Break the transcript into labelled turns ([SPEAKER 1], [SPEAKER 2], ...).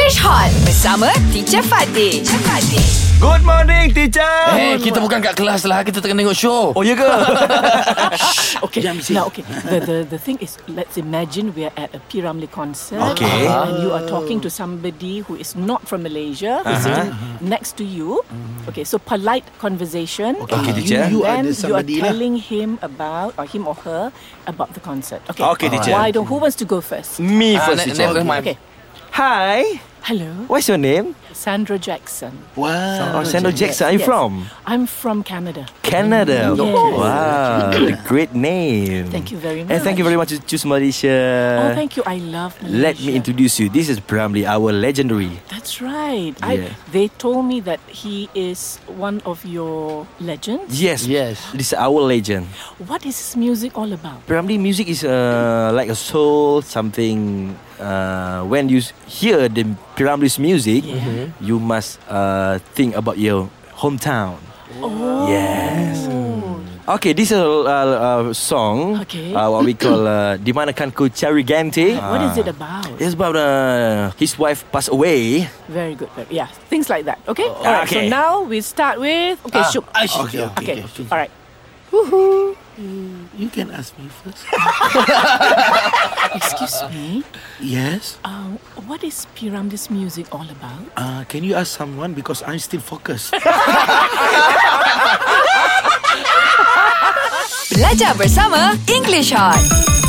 [SPEAKER 1] Fresh Hot bersama Teacher Fatih. Teacher Fatih.
[SPEAKER 2] Good morning, teacher.
[SPEAKER 3] Eh, hey, kita bukan kat kelas lah. Kita tengah tengok show.
[SPEAKER 2] Oh, ya ke?
[SPEAKER 4] Okay. Now, okay. The, the the thing is, let's imagine we are at a P Ramlee concert, uh,
[SPEAKER 2] Okay.
[SPEAKER 4] and you are
[SPEAKER 5] Oh.
[SPEAKER 4] talking to somebody who is not from Malaysia,
[SPEAKER 2] Uh-huh.
[SPEAKER 4] who's sitting next to you. Okay, so polite conversation.
[SPEAKER 2] Okay, teacher.
[SPEAKER 4] You,
[SPEAKER 5] You are
[SPEAKER 4] then
[SPEAKER 5] the
[SPEAKER 4] you are
[SPEAKER 5] somebody lah.
[SPEAKER 4] telling him about or him or her about the concert. Okay.
[SPEAKER 2] Okay, teacher. Mm,
[SPEAKER 4] Why don't? Who wants to go first?
[SPEAKER 2] Me
[SPEAKER 3] Ah,
[SPEAKER 2] first,
[SPEAKER 3] ne-
[SPEAKER 2] teacher.
[SPEAKER 3] never mind.
[SPEAKER 4] Okay.
[SPEAKER 2] Hi,
[SPEAKER 4] Hello,
[SPEAKER 2] what's your name?
[SPEAKER 4] Sandra Jackson.
[SPEAKER 2] Oh,
[SPEAKER 5] Wow.
[SPEAKER 2] Sandra Jackson. Are you
[SPEAKER 4] Uh, Yes.
[SPEAKER 2] from?
[SPEAKER 4] I'm from Canada.
[SPEAKER 2] Canada. Oh,
[SPEAKER 4] Yes.
[SPEAKER 2] Wow, a great name.
[SPEAKER 4] Thank you very much.
[SPEAKER 2] And thank you very much to choose Malaysia.
[SPEAKER 4] Oh, thank you. I love Malaysia.
[SPEAKER 2] Uh, Let me introduce you. This is Bramley, our legendary.
[SPEAKER 4] That's right.
[SPEAKER 2] Yeah.
[SPEAKER 4] I, they told me that he is one of your legends.
[SPEAKER 2] Yes.
[SPEAKER 3] Yes.
[SPEAKER 2] This is our legend.
[SPEAKER 4] What is his music all about?
[SPEAKER 2] Bramley music is uh, like a soul something. Uh, when you s- hear the Bramley's music,
[SPEAKER 4] Yeah. Mhm.
[SPEAKER 2] you must uh, think about your hometown.
[SPEAKER 4] Oh.
[SPEAKER 2] Yes. Okay, this is a, uh, uh, song.
[SPEAKER 4] Okay.
[SPEAKER 2] Uh, what we call uh, "Di Mana Kan Ku Cari Ganti."
[SPEAKER 4] What is
[SPEAKER 2] Ah.
[SPEAKER 4] it about?
[SPEAKER 2] It's about uh, his wife passed away.
[SPEAKER 4] Very good. Very, yeah, things like that. Okay.
[SPEAKER 2] ah,
[SPEAKER 4] all right.
[SPEAKER 2] okay.
[SPEAKER 4] So now we start with. Okay,
[SPEAKER 3] Ah,
[SPEAKER 4] Shuk.
[SPEAKER 3] ah, Shuk.
[SPEAKER 4] Okay.
[SPEAKER 5] Okay, okay, okay.
[SPEAKER 4] All right.
[SPEAKER 5] You can ask me first.
[SPEAKER 4] Excuse me.
[SPEAKER 5] yes.
[SPEAKER 4] Uh, what is Piramid's music all about?
[SPEAKER 5] Uh, can you ask someone because I'm still focused.
[SPEAKER 1] Belajar bersama English Hot.